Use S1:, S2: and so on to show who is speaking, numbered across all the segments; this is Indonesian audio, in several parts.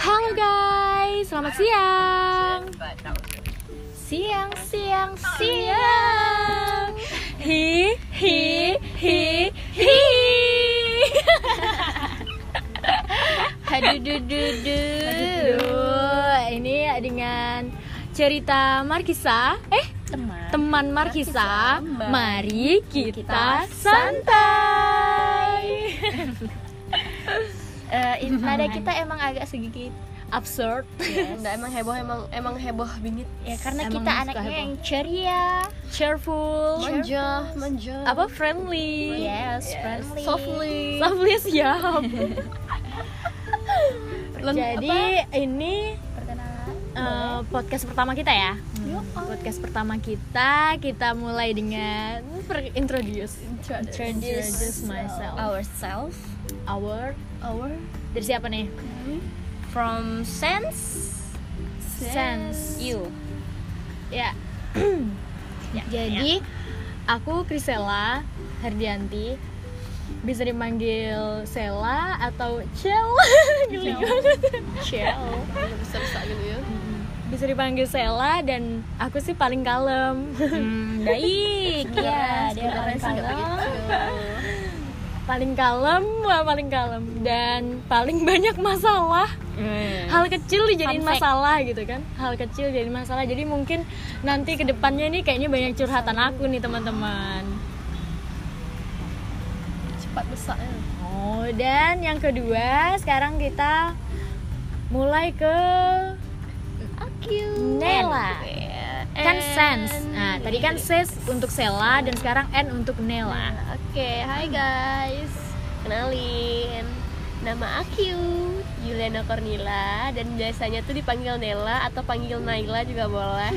S1: Halo guys, selamat siang. Siang, siang, siang. Hi, hi, hi, hi. Aduh, duh, duh, duh. Ini dengan cerita Markisa. Eh,
S2: teman
S1: teman Markisa.
S2: Markisa,
S1: Mari kita santai.
S2: Eh, in- nada kita emang agak sedikit
S1: Absurd.
S3: Nggak, emang heboh emang emang heboh bingit
S2: ya karena
S1: Emang
S2: kita
S1: suka
S2: anaknya
S1: heboh.
S2: yang ceria
S1: Cheerful.
S3: manja manja
S1: apa friendly
S2: yes, friendly
S3: softly
S1: lovely siap Lem-
S2: jadi
S1: apa, ini
S2: perkenalan
S1: eh, podcast pertama kita ya
S2: Yuk, oh.
S1: podcast pertama kita kita mulai dengan per- introduce introduce myself
S2: ourselves
S1: our Hmm.
S3: our
S1: dari siapa nih
S2: from sense
S1: sense
S2: you
S1: ya Ya,
S2: jadi
S1: aku Krisela Hardianti bisa dipanggil Sela atau Cel Geli banget.
S2: chill
S3: bisa bisa gitu ya
S1: bisa dipanggil Sela dan aku sih paling kalem Hmm,
S2: baik ya dia
S3: Sebenarnya
S2: orang
S3: sih nggak
S2: kalem
S3: begitu.
S1: paling kalem wah, paling kalem dan paling banyak masalah hal kecil dijadiin
S2: Fun fact.
S1: masalah gitu kan hal kecil jadi masalah jadi mungkin nanti kedepannya ini kayaknya banyak curhatan aku nih teman-teman
S3: cepat besar ya.
S1: oh dan yang kedua sekarang kita mulai ke Nela kan sense nah tadi kan ses untuk Sela dan sekarang n untuk Nela
S3: Oke, hai guys. Kenalin. Nama aku Juliana Cornila dan biasanya tuh dipanggil Nela atau panggil Naila juga boleh.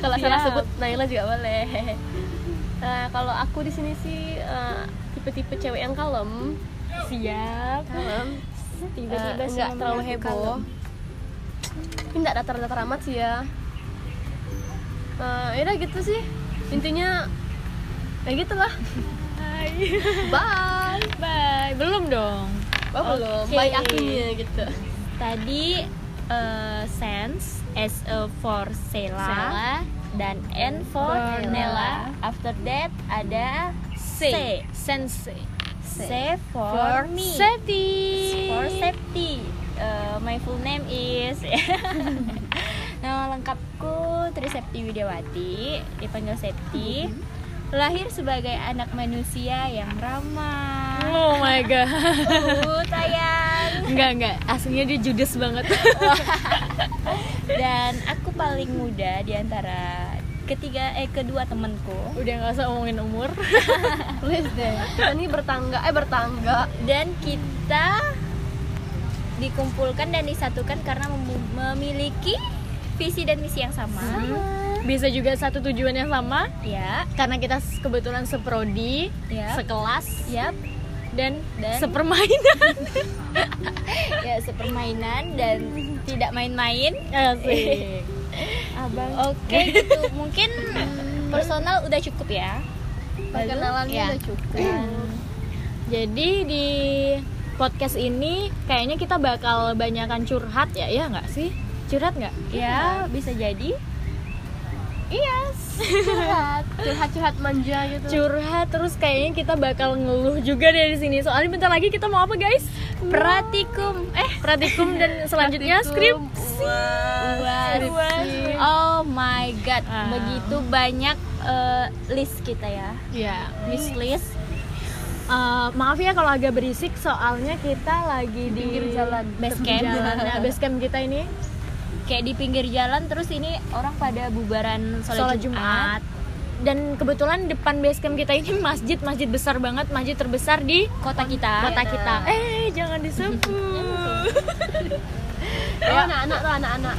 S3: kalau salah
S1: Siap.
S3: sebut Naila juga boleh. Nah, kalau aku di sini sih eh, tipe-tipe cewek yang kalem,
S1: siap
S3: kalem,
S1: tiba-tiba
S3: eh,
S1: sih
S3: nggak
S1: memang
S3: terlalu
S1: aku
S3: heboh.
S1: kalem.
S3: Ini nggak datar-datar amat sih ya. Eh, ya udah gitu sih. Intinya ya gitulah.
S1: Hai.
S3: Bye.
S1: Bye. Belum dong.
S3: Oh, belum.
S2: Oke.
S3: Baik akunya gitu.
S2: tadi eh, sense S uh, for Sela
S1: Sela.
S2: dan N for
S1: For
S2: Nella. After that ada
S1: C.
S2: C.
S1: Sensei.
S2: C for, me.
S1: Safety.
S2: For safety. Uh, my full name is Nama lengkapku Trisepti Widiawati, dipanggil Septi. Lahir sebagai anak manusia yang ramah,
S1: Oh my god.
S2: lembut, sayang.
S1: Enggak enggak. Aslinya dia judes banget.
S2: Dan aku paling muda di antara ketiga eh kedua temanku.
S1: Udah nggak usah ngomongin umur.
S3: Please deh. Kita ini bertangga, eh bertangga.
S2: Dan kita dikumpulkan dan disatukan karena mem- memiliki visi dan misi yang sama.
S1: Hmm. Bisa juga satu tujuan yang sama
S2: Ya,
S1: karena kita s- kebetulan seprodi,
S2: Yap.
S1: sekelas
S2: yap.
S1: dan,
S2: Ya. Dan-
S1: sepermainan.
S2: Ya, sepermainan dan tidak main-main.
S1: Asik. Abang.
S2: Oke, gitu. Mungkin personal udah cukup ya.
S3: Perkenalannya
S1: Ya.
S3: udah cukup.
S1: Jadi di podcast ini kayaknya kita bakal banyakan curhat ya, ya nggak sih? Curhat nggak?
S2: Ya, bisa jadi.
S3: Yes. Curhat, curhat, curhat manja gitu.
S1: Curhat terus kayaknya kita bakal ngeluh juga dari sini. Soalnya bentar lagi kita mau apa guys?
S2: Pratikum. Eh,
S1: Pratikum dan selanjutnya skrip.
S2: Uas.
S3: Skripsi.
S2: Oh my god,
S1: Ah.
S2: begitu banyak eh, list kita ya.
S1: Ya.
S2: List list.
S1: Eh, maaf ya kalau agak berisik soalnya kita lagi di
S3: pinggir jalan.
S1: base
S2: Tepi
S1: camp.
S2: jalan.
S1: Nah, base camp kita ini
S2: Kayak di pinggir jalan terus ini orang pada bubaran
S1: sholat
S2: sholat
S1: Jumat.
S2: Jumat.
S1: Dan kebetulan depan base camp kita ini masjid, masjid besar banget, masjid terbesar di
S2: Kota kita.
S1: kota kita. Eh, jangan disebut.
S3: Eh, anak-anak tuh anak-anak.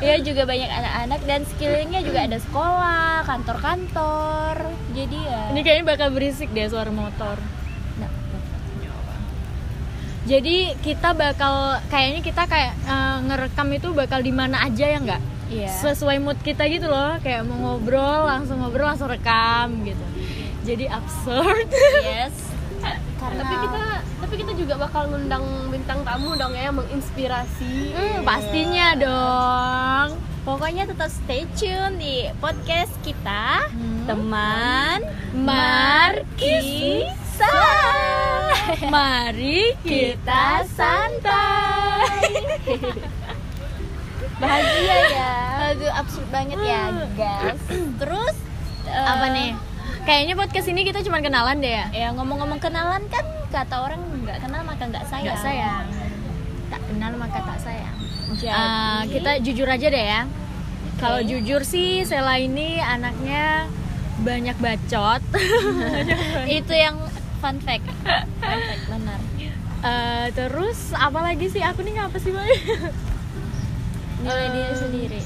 S2: Ya juga banyak anak-anak dan sekelilingnya juga ada sekolah, kantor-kantor. Jadi ya.
S1: Ini kayaknya bakal berisik deh suara motor.
S2: Nah,
S1: Jadi kita bakal kayaknya kita kayak eh, ngerekam itu bakal di mana aja ya nggak?
S2: Iya.
S1: Sesuai mood kita gitu loh, kayak mau ngobrol langsung ngobrol langsung rekam gitu. Jadi absurd.
S2: Yes.
S1: karena
S3: tapi kita tapi kita juga bakal ngundang bintang tamu dong ya yang menginspirasi
S1: Hmm, pastinya dong
S2: Pokoknya tetap stay tune di podcast kita
S1: Hmm.
S2: Teman
S1: Markisa.
S2: Markisa
S1: mari
S2: Kita santai Bahagia ya Aduh absurd banget ya guys Terus eh,
S1: apa nih kayaknya podcast ini kita cuma kenalan deh ya
S2: Ya ngomong-ngomong kenalan kan kata orang nggak kenal maka nggak sayang.
S1: nggak sayang
S2: Tak kenal maka tak sayang. Ah, Jadi
S1: Eh, kita jujur aja deh ya kalau
S2: Ya. Oke.
S1: jujur sih Sela ini anaknya banyak bacot kan?
S2: itu yang fun fact. Fun fact benar.
S1: Eh, terus apa lagi sih aku nih ngapa sih Mbak?
S2: Nilai
S1: Eh,
S2: diri sendiri.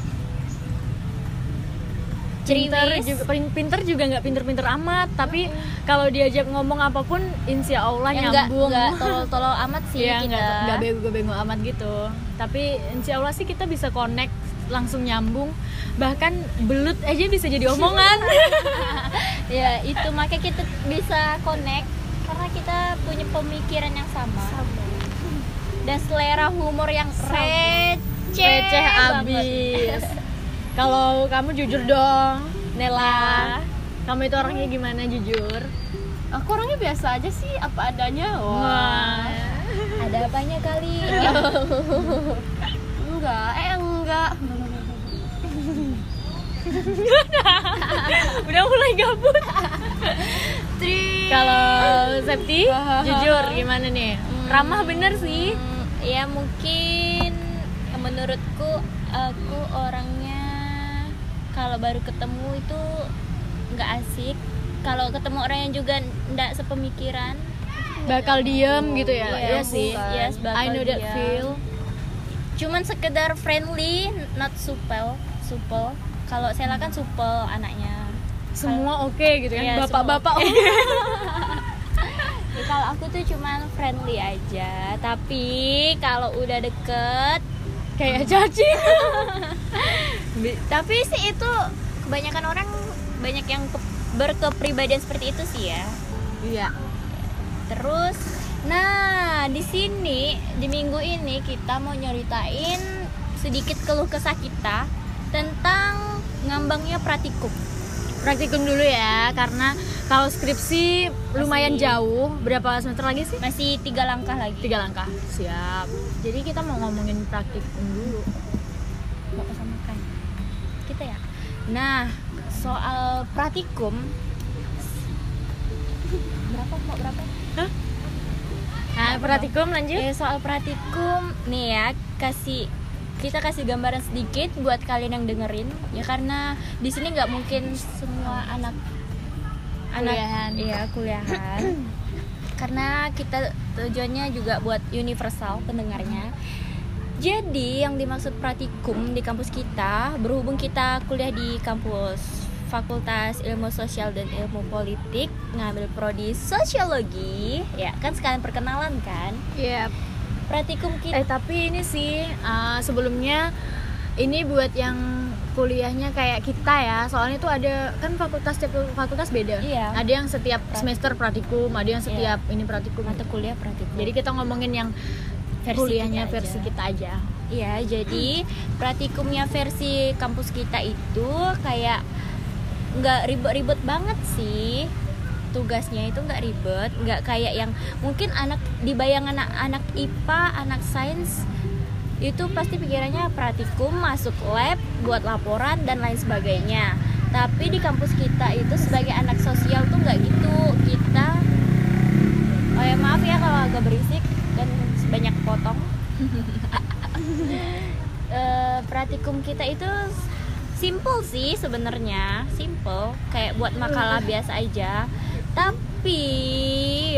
S1: pinter
S2: Ceriwis.
S1: juga pin- pinter juga nggak pinter-pinter amat tapi kalau diajak ngomong apapun insya Allah
S2: Yang nggak
S1: nyambung
S2: nggak tolol-tolol amat sih
S1: Iya,
S2: kita.
S1: nggak nggak bego-bego amat gitu tapi insya Allah sih kita bisa connect langsung nyambung bahkan belut aja bisa jadi omongan
S2: ya itu makanya kita bisa connect karena kita punya pemikiran yang sama. Dan selera humor yang receh,
S1: receh
S2: banget.
S1: abis kalau kamu jujur dong Nela kamu itu orangnya gimana jujur
S3: aku orangnya biasa aja sih apa adanya
S1: wah
S3: wah
S2: Ada apanya kali?
S1: Eh,
S3: enggak eh enggak
S1: udah mulai gabut
S2: Tri.
S1: kalau Septi jujur gimana nih ramah bener sih
S2: Hmm, ya mungkin menurutku aku orangnya kalau baru ketemu itu nggak asik kalau ketemu orang yang juga nggak sepemikiran
S1: bakal diem gitu ya
S2: Iya,
S1: Iya sih
S2: bukan. Yes, bakal
S1: I know that
S2: diem.
S1: feel
S2: cuman sekedar friendly not supel supel kalau Sela kan supel anaknya
S1: semua oke gitu kan
S2: Iya,
S1: bapak-bapak
S2: Ya, kalau aku tuh cuman friendly aja tapi kalau udah deket
S1: kayak caci
S2: Bi- tapi sih itu kebanyakan orang banyak yang ke- berkepribadian seperti itu sih ya
S1: iya
S2: terus nah di sini di minggu ini kita mau nyeritain sedikit keluh kesah kita tentang ngambangnya pratikum
S1: praktikum dulu ya karena kalau skripsi lumayan jauh berapa semester lagi sih
S2: masih tiga langkah lagi
S1: tiga langkah siap jadi kita mau ngomongin praktikum dulu
S2: mau kesamakan kita ya
S1: nah
S2: soal pratikum berapa mau berapa
S1: nah praktikum lanjut
S2: Eh, soal pratikum nih ya kasih kita kasih gambaran sedikit buat kalian yang dengerin ya karena di sini nggak mungkin semua anak anak
S1: Kuliahan.
S2: iya kuliahan karena kita tujuannya juga buat universal pendengarnya jadi yang dimaksud pratikum di kampus kita berhubung kita kuliah di kampus Fakultas Ilmu Sosial dan Ilmu Politik ngambil prodi sosiologi ya kan sekalian perkenalan kan
S1: iya
S2: pratikum kita
S1: eh tapi ini sih uh, sebelumnya ini buat yang kuliahnya kayak kita ya soalnya itu ada kan fakultas tiap fakultas beda
S2: Iya.
S1: ada yang setiap semester praktikum ada yang setiap ini praktikum
S2: mata kuliah pratikum
S1: jadi kita ngomongin yang
S2: Versi
S1: kuliahnya
S2: kita
S1: versi
S2: aja.
S1: kita aja
S2: Iya, jadi pratikumnya versi kampus kita itu kayak nggak ribet-ribet banget sih tugasnya itu nggak ribet, nggak kayak yang mungkin anak di bayangan anak, anak IPA, anak sains itu pasti pikirannya pratikum masuk lab buat laporan dan lain sebagainya. Tapi di kampus kita itu sebagai anak sosial tuh nggak gitu kita. Oh ya maaf ya kalau agak berisik dan banyak potong. Eh, pratikum kita itu simple sih sebenarnya simple kayak buat makalah biasa aja tapi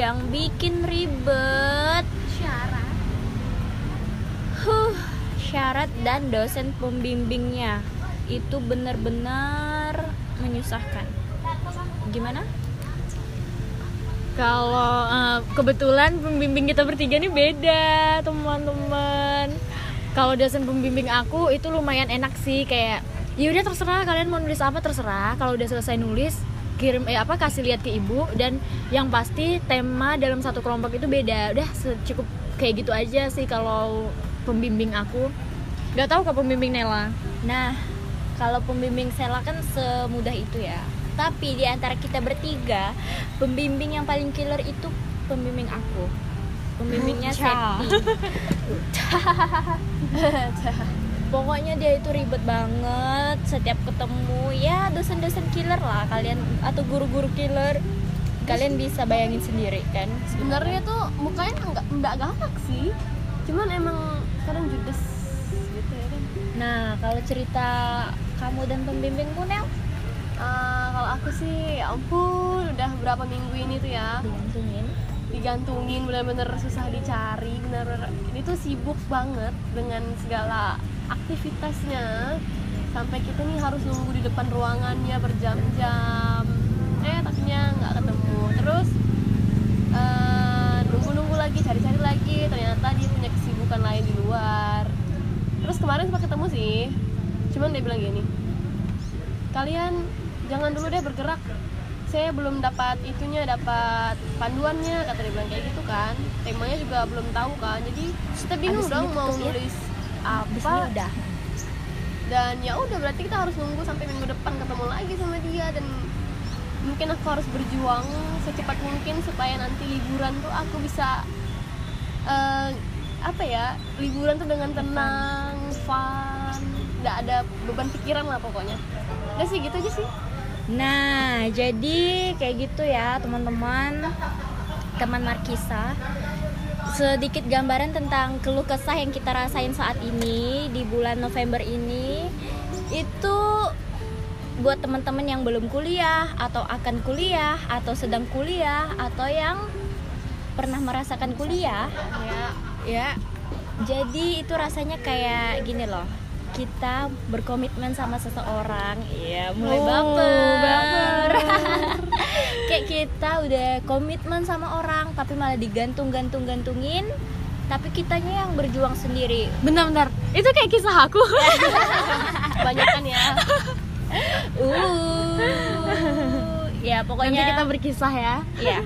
S2: yang bikin ribet
S3: syarat
S2: huh, syarat dan dosen pembimbingnya itu benar-benar menyusahkan gimana
S1: Kalau eh, kebetulan pembimbing kita bertiga ini beda, teman-teman. Kalau dosen pembimbing aku itu lumayan enak sih kayak ya udah terserah kalian mau nulis apa terserah. Kalau udah selesai nulis, oke kirim eh apa kasih lihat ke ibu dan yang pasti tema dalam satu kelompok itu beda udah se- cukup kayak gitu aja sih kalau pembimbing aku nggak tahu kok pembimbing Nela
S2: Nah, kalau pembimbing Sela kan semudah itu ya. Tapi di antara kita bertiga, pembimbing yang paling killer itu pembimbing aku. Pembimbingnya
S1: Uca.
S2: Septi. Uca. Pokoknya dia itu ribet banget setiap ketemu ya dosen-dosen killer lah kalian atau guru-guru killer kalian bisa bayangin sendiri kan
S3: sebenarnya tuh mukanya nggak nggak galak sih cuman emang kadang judes gitu ya kan
S2: nah kalau cerita kamu dan pembimbingku Nel
S3: Eh, kalau aku sih ya ampun udah berapa minggu ini tuh ya
S2: digantungin
S3: digantungin bener-bener susah dicari bener-bener ini tuh sibuk banget dengan segala aktivitasnya sampai kita nih harus nunggu di depan ruangannya berjam-jam eh taksinya nggak ketemu terus eh, nunggu-nunggu lagi cari-cari lagi ternyata dia punya kesibukan lain di luar terus kemarin sempat ketemu sih cuman dia bilang gini kalian jangan dulu deh bergerak saya belum dapat itunya dapat panduannya kata dia bilang kayak gitu kan temanya juga belum tahu kan jadi kita bingung
S2: Abis ini
S3: dong mau
S2: tutup ya.
S3: nulis
S2: Abis
S3: apa
S2: ini udah
S3: dan ya udah berarti kita harus nunggu sampai minggu depan ketemu lagi sama dia dan mungkin aku harus berjuang secepat mungkin supaya nanti liburan tuh aku bisa eh, apa ya liburan tuh dengan tenang fun nggak ada beban pikiran lah pokoknya udah sih gitu aja sih
S2: Nah, jadi kayak gitu ya teman-teman teman Markisa sedikit gambaran tentang keluh kesah yang kita rasain saat ini di bulan November ini itu buat teman-teman yang belum kuliah atau akan kuliah atau sedang kuliah atau yang pernah merasakan kuliah
S3: ya
S2: ya jadi itu rasanya kayak gini loh kita berkomitmen sama seseorang ya mulai
S1: Oh,
S2: baper,
S1: baper.
S2: kayak kita udah komitmen sama orang tapi malah digantung-gantung-gantungin tapi kitanya yang berjuang sendiri
S1: bentar-bentar itu kayak kisah aku
S3: kebanyakan ya
S2: uh ya pokoknya
S1: nanti kita berkisah ya
S2: Iya.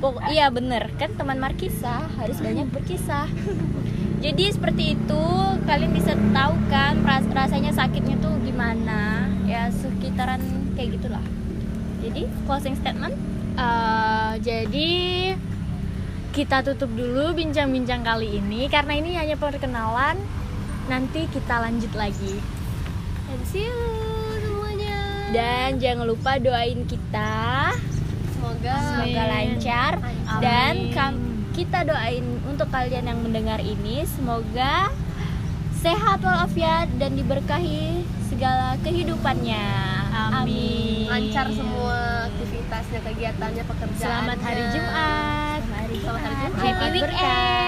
S2: Pok- iya bener kan teman markisa harus banyak berkisah. Jadi seperti itu kalian bisa tahu kan ras- rasanya sakitnya tuh gimana ya sekitaran kayak gitulah. Jadi closing statement
S1: Eh, jadi kita tutup dulu bincang-bincang kali ini karena ini hanya perkenalan. Nanti kita lanjut lagi.
S3: and see you semuanya
S2: dan jangan lupa doain kita
S3: semoga
S2: semoga
S1: Amin.
S2: lancar
S1: Amin.
S2: dan kam- kita doain untuk kalian yang mendengar ini semoga sehat walafiat dan diberkahi segala kehidupannya.
S1: Amin.
S3: lancar semua aktivitasnya kegiatannya pekerjaannya
S1: Selamat hari Jumat.
S2: Selamat hari
S3: Selamat hari
S2: Jumat.
S3: Jumat.
S2: Happy
S3: Selamat
S2: weekend.
S1: berkah.